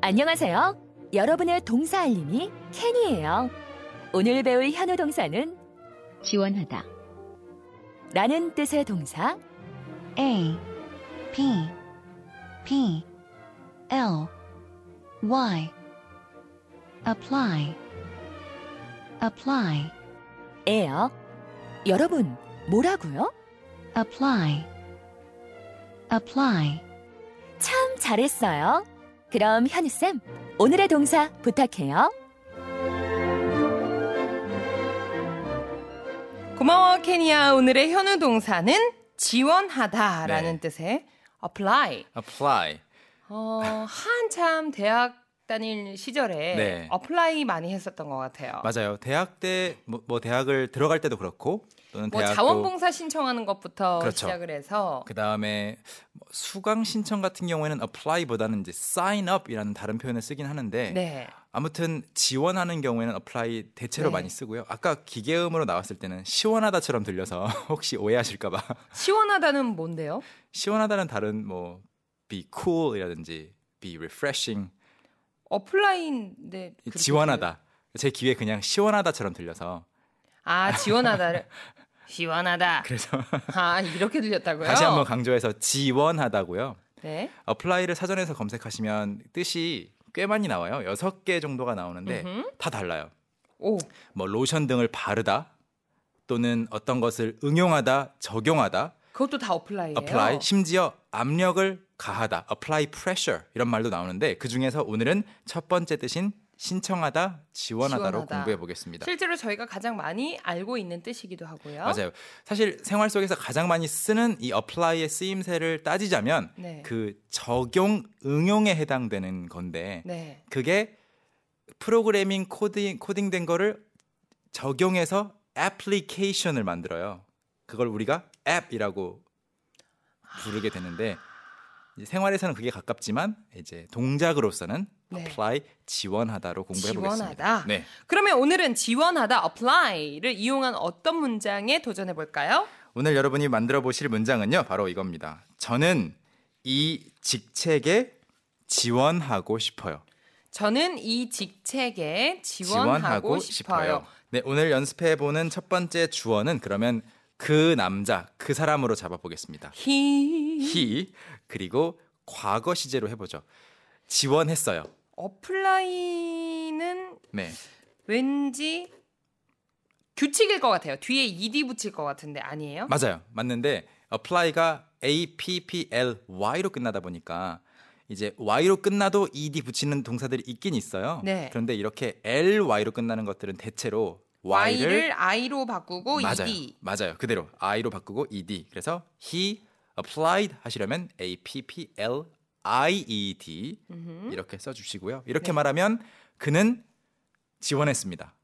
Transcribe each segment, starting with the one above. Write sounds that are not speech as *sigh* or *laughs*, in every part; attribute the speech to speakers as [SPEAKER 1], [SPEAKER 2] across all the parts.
[SPEAKER 1] 안녕하세요. 여러분의 동사 알림이 캔이에요. 오늘 배울 현우 동사는
[SPEAKER 2] 지원하다.
[SPEAKER 1] 라는 뜻의 동사
[SPEAKER 2] A P P L Y apply apply
[SPEAKER 1] 에요. 여러분, 뭐라고요?
[SPEAKER 2] apply apply
[SPEAKER 1] 참 잘했어요. 그럼 현우쌤, 오늘의 동사 부탁해요.
[SPEAKER 3] 고마워 케니야. 오늘의 현우 동사는
[SPEAKER 4] 네.
[SPEAKER 3] 지원하다라는 뜻의 apply.
[SPEAKER 4] apply.
[SPEAKER 3] 어,
[SPEAKER 4] *laughs*
[SPEAKER 3] 한참 대학 다닐 시절에
[SPEAKER 4] 네.
[SPEAKER 3] apply 많이 했었던 것 같아요.
[SPEAKER 4] 맞아요. 대학 때 뭐 대학을 들어갈 때도 그렇고 또는
[SPEAKER 3] 뭐
[SPEAKER 4] 대학도
[SPEAKER 3] 자원봉사 신청하는 것부터
[SPEAKER 4] 그렇죠.
[SPEAKER 3] 시작을 해서
[SPEAKER 4] 그다음에 뭐 수강 신청 같은 경우에는 apply보다는 이제 sign up이라는 다른 표현을 쓰긴 하는데
[SPEAKER 3] 네.
[SPEAKER 4] 아무튼 지원하는 경우에는 apply 대체로
[SPEAKER 3] 네.
[SPEAKER 4] 많이 쓰고요. 아까 기계음으로 나왔을 때는 시원하다처럼 들려서 *laughs* 혹시 오해하실까 봐.
[SPEAKER 3] 시원하다는 뭔데요?
[SPEAKER 4] 시원하다는 다른 뭐 be cool이라든지 be refreshing
[SPEAKER 3] 어플라이인데
[SPEAKER 4] 이
[SPEAKER 3] 그렇게
[SPEAKER 4] 지원하다. 제 귀에 그냥 시원하다처럼 들려서
[SPEAKER 3] 들려요? 아 지원하다를 *laughs* 시원하다.
[SPEAKER 4] 그래서
[SPEAKER 3] 아 이렇게 들렸다고요?
[SPEAKER 4] *laughs* 다시 한번 강조해서 지원하다고요.
[SPEAKER 3] 네.
[SPEAKER 4] 어플라이를 사전에서 검색하시면 뜻이 꽤 많이 나와요. 여섯 개 정도가 나오는데
[SPEAKER 3] 음흠.
[SPEAKER 4] 다 달라요.
[SPEAKER 3] 오.
[SPEAKER 4] 뭐 로션 등을 바르다 또는 어떤 것을 응용하다, 적용하다,
[SPEAKER 3] 그것도 다 어플라이예요.
[SPEAKER 4] apply, 심지어 압력을 가하다, apply pressure 이런 말도 나오는데 그 중에서 오늘은 첫 번째 뜻인 신청하다, 지원하다로
[SPEAKER 3] 지원하다.
[SPEAKER 4] 공부해 보겠습니다.
[SPEAKER 3] 실제로 저희가 가장 많이 알고 있는 뜻이기도 하고요.
[SPEAKER 4] 맞아요. 사실 생활 속에서 가장 많이 쓰는 이 apply의 쓰임새를 따지자면
[SPEAKER 3] 네.
[SPEAKER 4] 그 적용, 응용에 해당되는 건데
[SPEAKER 3] 네.
[SPEAKER 4] 그게 프로그래밍 코딩 코딩된 거를 적용해서 애플리케이션을 만들어요. 그걸 우리가 앱이라고 부르게 되는데 이제 생활에서는 그게 가깝지만 이제 동작으로서는
[SPEAKER 3] 네.
[SPEAKER 4] apply 지원하다로 공부해
[SPEAKER 3] 지원하다.
[SPEAKER 4] 보겠습니다. 네.
[SPEAKER 3] 그러면 오늘은 지원하다 apply를 이용한 어떤 문장에 도전해 볼까요?
[SPEAKER 4] 오늘 여러분이 만들어 보실 문장은요. 바로 이겁니다. 저는 이 직책에 지원하고 싶어요.
[SPEAKER 3] 저는 이 직책에 지원하고,
[SPEAKER 4] 지원하고 싶어요.
[SPEAKER 3] 싶어요.
[SPEAKER 4] 네, 오늘 연습해 보는 첫 번째 주어는 그러면 그 남자, 그 사람으로 잡아 보겠습니다.
[SPEAKER 3] 히
[SPEAKER 4] he 그리고 과거 시제로 해 보죠. 지원했어요.
[SPEAKER 3] 어플라이는
[SPEAKER 4] 네.
[SPEAKER 3] 왠지 규칙일 것 같아요. 뒤에 ed 붙일 것 같은데 아니에요?
[SPEAKER 4] 맞아요. 맞는데 apply가 a p p l y로 끝나다 보니까 이제 y로 끝나도 ed 붙이는 동사들이 있긴 있어요.
[SPEAKER 3] 네.
[SPEAKER 4] 그런데 이렇게 ly로 끝나는 것들은 대체로
[SPEAKER 3] y를 i로 바꾸고
[SPEAKER 4] 맞아요.
[SPEAKER 3] ed.
[SPEAKER 4] 맞아요. 그대로 i로 바꾸고 ed. 그래서 he applied 하시려면 a p p l i e d
[SPEAKER 3] 음흠.
[SPEAKER 4] 이렇게 써 주시고요. 이렇게
[SPEAKER 3] 네.
[SPEAKER 4] 말하면 그는 지원했습니다.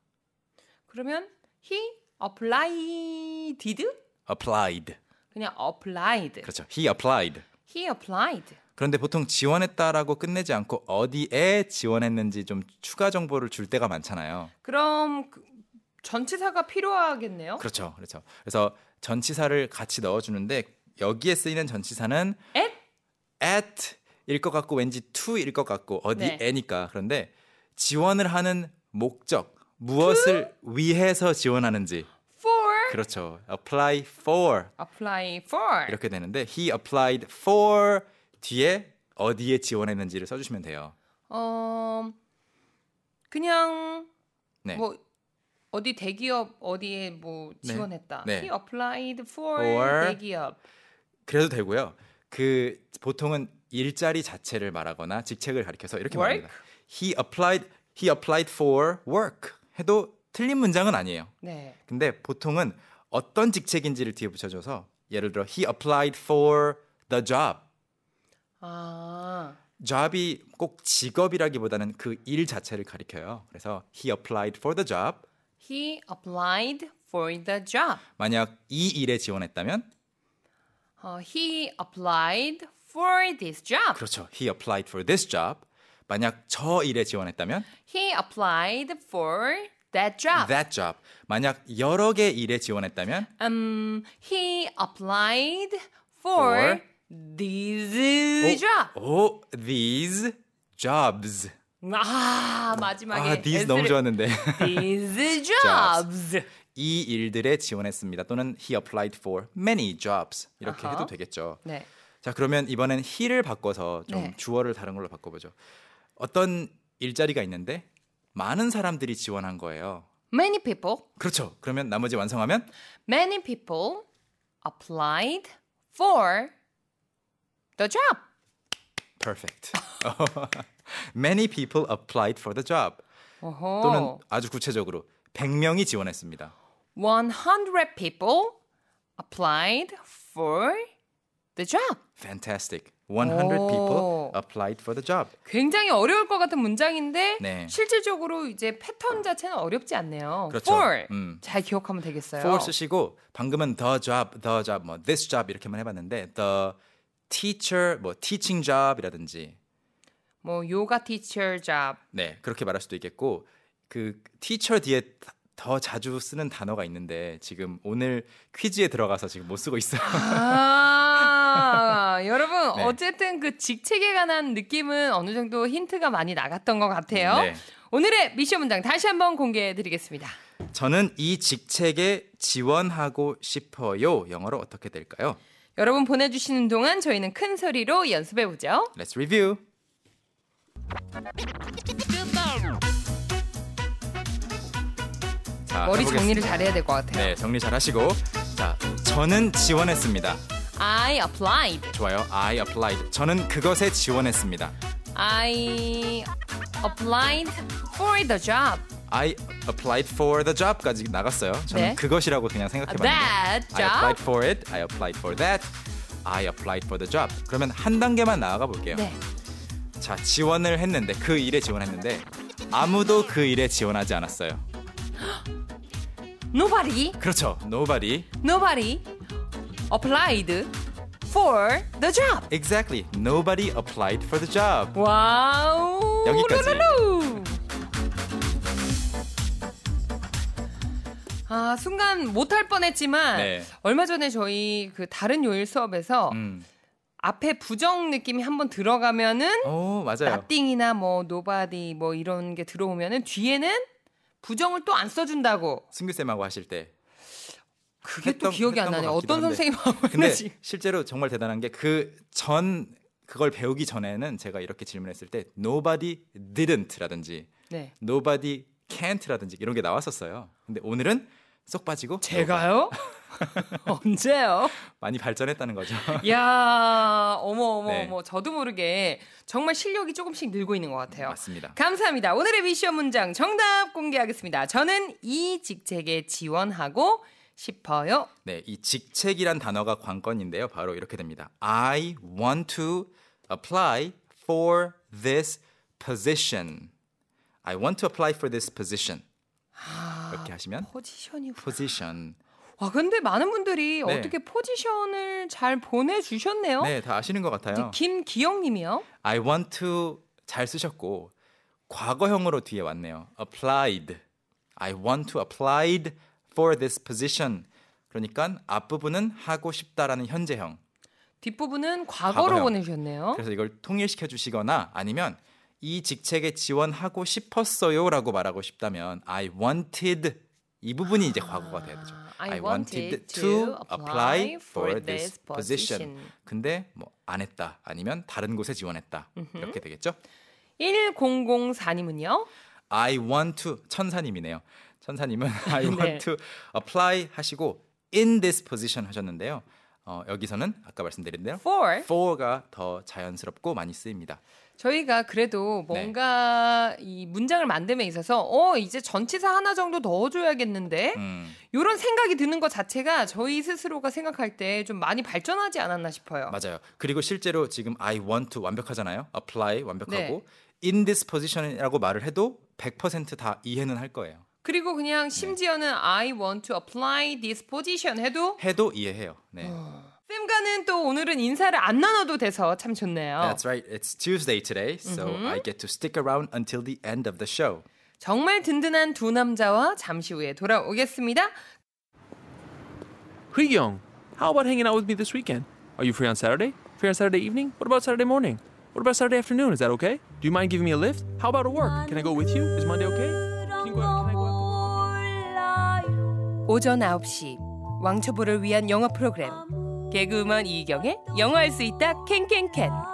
[SPEAKER 3] 그러면 he applied
[SPEAKER 4] applied.
[SPEAKER 3] 그냥 applied.
[SPEAKER 4] 그렇죠. he applied.
[SPEAKER 3] he applied.
[SPEAKER 4] 그런데 보통 지원했다라고 끝내지 않고 어디에 지원했는지 좀 추가 정보를 줄 때가 많잖아요.
[SPEAKER 3] 그럼 그- 전치사가 필요하겠네요.
[SPEAKER 4] 그렇죠. 그렇죠. 그래서 전치사를 같이 넣어 주는데 여기에 쓰이는 전치사는
[SPEAKER 3] at
[SPEAKER 4] at 일 것 같고 왠지 to 일 것 같고
[SPEAKER 3] 네.
[SPEAKER 4] 어디에니까 그런데 지원을 하는 목적 무엇을 위해서 지원하는지
[SPEAKER 3] for
[SPEAKER 4] 그렇죠 apply for
[SPEAKER 3] apply for
[SPEAKER 4] 이렇게 되는데 he applied for 뒤에 어디에 지원했는지를 써주시면 돼요
[SPEAKER 3] 어 그냥
[SPEAKER 4] 네.
[SPEAKER 3] 뭐 어디 대기업 어디에 뭐 지원했다.
[SPEAKER 4] 네.
[SPEAKER 3] he applied for,
[SPEAKER 4] For
[SPEAKER 3] 대기업.
[SPEAKER 4] 그래도 되고요 그 보통은 일자리 자체를 말하거나 직책을 가리켜서 이렇게
[SPEAKER 3] Work?
[SPEAKER 4] 말합니다 he applied he applied for work 해도 틀린 문장은 아니에요
[SPEAKER 3] 네.
[SPEAKER 4] 근데 보통은 어떤 직책인지를 뒤에 붙여줘서 예를 들어 he applied for the job.
[SPEAKER 3] 아.
[SPEAKER 4] job이 꼭 직업이라기보다는 그 일 자체를 가리켜요. 그래서 he applied for the job.
[SPEAKER 3] he applied for the job.
[SPEAKER 4] 만약 이 일에 지원했다면
[SPEAKER 3] 어, he applied for this job.
[SPEAKER 4] 그렇죠. he applied for this job. 만약 저 일에 지원했다면
[SPEAKER 3] he applied for that job.
[SPEAKER 4] that job. 만약 여러 개 일에 지원했다면
[SPEAKER 3] Um, he applied for
[SPEAKER 4] For? 어?
[SPEAKER 3] these job.
[SPEAKER 4] 오, these jobs.
[SPEAKER 3] 아 예. 마지막에
[SPEAKER 4] 아, these 너무 좋았는데. *laughs*
[SPEAKER 3] These jobs.
[SPEAKER 4] 이 일들에 지원했습니다. 또는 he applied for many jobs. 이렇게
[SPEAKER 3] 아하.
[SPEAKER 4] 해도 되겠죠.
[SPEAKER 3] 네.
[SPEAKER 4] 자, 그러면 이번엔 he를 바꿔서 좀
[SPEAKER 3] 네.
[SPEAKER 4] 주어를 다른 걸로 바꿔 보죠. 어떤 일자리가 있는데 많은 사람들이 지원한 거예요.
[SPEAKER 3] Many people,
[SPEAKER 4] 그렇죠. 그러면 나머지 완성하면
[SPEAKER 3] many people applied for the job. *laughs*
[SPEAKER 4] perfect. *laughs* Many people applied for the job.
[SPEAKER 3] 어허.
[SPEAKER 4] 또는 아주 구체적으로 100명이 지원했습니다.
[SPEAKER 3] 100 people applied for the job.
[SPEAKER 4] Fantastic. 100
[SPEAKER 3] 오.
[SPEAKER 4] people applied for the job.
[SPEAKER 3] 굉장히 어려울 것 같은 문장인데
[SPEAKER 4] 네.
[SPEAKER 3] 실질적으로 이제 패턴 자체는 어렵지 않네요.
[SPEAKER 4] 그렇죠.
[SPEAKER 3] For
[SPEAKER 4] 음.
[SPEAKER 3] 잘 기억하면 되겠어요.
[SPEAKER 4] for 쓰시고 방금은 the job, the job, 뭐 this job 이렇게만 해봤는데 the teacher, 뭐 teaching job이라든지
[SPEAKER 3] 뭐 요가 티처
[SPEAKER 4] *laughs*
[SPEAKER 3] job.
[SPEAKER 4] 네 그렇게 말할 수도 있겠고 그 teacher 뒤에 더 자주 쓰는 단어가 있는데 지금 오늘 퀴즈에 들어가서 지금 못 쓰고 있어요. *laughs*
[SPEAKER 3] 아, 여러분
[SPEAKER 4] 네.
[SPEAKER 3] 어쨌든 그 직책에 관한 느낌은 어느 정도 힌트가 많이 나갔던 것 같아요.
[SPEAKER 4] 네.
[SPEAKER 3] 오늘의 미션 문장 다시 한번 공개해 드리겠습니다.
[SPEAKER 4] 저는 이 직책에 지원하고 싶어요. 영어로 어떻게 될까요?
[SPEAKER 3] 여러분 보내주시는 동안 저희는 큰 소리로 연습해 보죠.
[SPEAKER 4] Let's review. 자,
[SPEAKER 3] 머리
[SPEAKER 4] 아, 해보겠습니다.
[SPEAKER 3] 정리를 잘해야 될 것 같아요.
[SPEAKER 4] 네, 정리 잘 하시고. 자, 저는 지원했습니다.
[SPEAKER 3] I applied.
[SPEAKER 4] 좋아요. I applied. 저는 그것에 지원했습니다.
[SPEAKER 3] I applied for the job.
[SPEAKER 4] I applied for the job까지 나갔어요. 저는
[SPEAKER 3] 네. 아,
[SPEAKER 4] 그것이라고 그냥 생각해봤는데.
[SPEAKER 3] That
[SPEAKER 4] I
[SPEAKER 3] job?
[SPEAKER 4] applied for it. I applied for that. I applied for the job. 그러면 한 단계만 나아가 볼게요.
[SPEAKER 3] 네.
[SPEAKER 4] 자, 지원을 했는데 그 일에 지원했는데 아무도 그 일에 지원하지 않았어요.
[SPEAKER 3] Nobody,
[SPEAKER 4] 그렇죠. Nobody.
[SPEAKER 3] nobody applied for the job.
[SPEAKER 4] Exactly. Nobody applied for the job.
[SPEAKER 3] 와우.
[SPEAKER 4] 여기까지.
[SPEAKER 3] 루루루. 아 순간 못할 뻔했지만
[SPEAKER 4] 네.
[SPEAKER 3] 얼마 전에 저희 그 다른 요일 수업에서
[SPEAKER 4] 음.
[SPEAKER 3] 앞에 부정 느낌이 한번 들어가면은
[SPEAKER 4] 오, 맞아요.
[SPEAKER 3] nothing이나 뭐 nobody 뭐 이런 게 들어오면은 뒤에는 부정을 또 안 써준다고
[SPEAKER 4] 승규쌤하고 하실 때
[SPEAKER 3] 그게 또
[SPEAKER 4] 했던-
[SPEAKER 3] 기억이 안
[SPEAKER 4] 했던
[SPEAKER 3] 나네
[SPEAKER 4] 것 같기도
[SPEAKER 3] 어떤
[SPEAKER 4] 한데.
[SPEAKER 3] 선생님 하고
[SPEAKER 4] 근데
[SPEAKER 3] 있는지
[SPEAKER 4] 실제로 정말 대단한 게 그 전 그걸 배우기 전에는 제가 이렇게 질문했을 때 nobody didn't라든지
[SPEAKER 3] 네.
[SPEAKER 4] nobody can't라든지 이런 게 나왔었어요. 근데 오늘은 쏙 빠지고 *laughs*
[SPEAKER 3] 제가요? 언제요?
[SPEAKER 4] 많이 발전했다는 거죠.
[SPEAKER 3] 야, 어머 어머
[SPEAKER 4] 네.
[SPEAKER 3] 어머 저도 모르게 정말 실력이 조금씩 늘고 있는 것 같아요.
[SPEAKER 4] *laughs* 맞습니다.
[SPEAKER 3] 감사합니다. 오늘의 미션 문장 정답 공개하겠습니다. 저는 이 직책에 지원하고 싶어요.
[SPEAKER 4] 네, 이 직책이란 단어가 관건인데요. 바로 이렇게 됩니다. I want to apply for this position. I want to apply for this position. 이렇게 하시면
[SPEAKER 3] 아, 포지션이
[SPEAKER 4] position.
[SPEAKER 3] 와 근데 많은 분들이
[SPEAKER 4] 네.
[SPEAKER 3] 어떻게 포지션을 잘 보내주셨네요.
[SPEAKER 4] 네, 다 아시는 것 같아요.
[SPEAKER 3] 김기영님이요.
[SPEAKER 4] I want to 잘 쓰셨고 과거형으로 뒤에 왔네요. applied. I want to applied for this position. 그러니까 앞부분은 하고 싶다라는 현재형.
[SPEAKER 3] 뒷부분은 과거로
[SPEAKER 4] 과거요.
[SPEAKER 3] 보내주셨네요.
[SPEAKER 4] 그래서 이걸 통일시켜 주시거나 아니면 이 직책에 지원하고 싶었어요라고 말하고 싶다면 I wanted 이 부분이 이제 과거가 돼야 되죠.
[SPEAKER 3] 아, I wanted to apply for this position.
[SPEAKER 4] 근데 뭐 안 했다 아니면 다른 곳에 지원했다 이렇게 되겠죠?
[SPEAKER 3] 1004님은요.
[SPEAKER 4] I want to 천사님이네요. 천사님은 *laughs* I want
[SPEAKER 3] 네.
[SPEAKER 4] to apply 하시고 in this position 하셨는데요. 어, 여기서는 아까 말씀드린 대로
[SPEAKER 3] For
[SPEAKER 4] for가 더 자연스럽고 많이 쓰입니다.
[SPEAKER 3] 저희가 그래도 뭔가 이 문장을 만듦에 있어서 어 이제 전치사 하나 정도 넣어줘야겠는데
[SPEAKER 4] 음,
[SPEAKER 3] 이런 생각이 드는 것 자체가 저희 스스로가 생각할 때 좀 많이 발전하지 않았나 싶어요.
[SPEAKER 4] 맞아요. 그리고 실제로 지금 I want to 완벽하잖아요. apply 완벽하고
[SPEAKER 3] 네.
[SPEAKER 4] in this position이라고 말을 해도 100%다 이해는 할 거예요.
[SPEAKER 3] 그리고 그냥 심지어는 I want to apply this position 해도
[SPEAKER 4] 해도 이해해요. 네.
[SPEAKER 3] 쌤과는 또 오늘은 인사를 안 나눠도 돼서 참 좋네요.
[SPEAKER 4] That's right. It's Tuesday today, so I get to stick around until the end of the show.
[SPEAKER 3] 정말 든든한 두 남자와 잠시 후에 돌아오겠습니다.
[SPEAKER 5] Young, how about hanging out with me this weekend? Are you free on Saturday? Free on Saturday evening? What about Saturday morning? What about Saturday afternoon? Is that okay? Do you mind giving me a lift? How about a work? Can I go with you? Is Monday okay? Can you go out? Can I go out?
[SPEAKER 3] 오전 9시 왕초보를 위한 영어 프로그램 개그우먼 이경의 영어할 수 있다 캔캔캔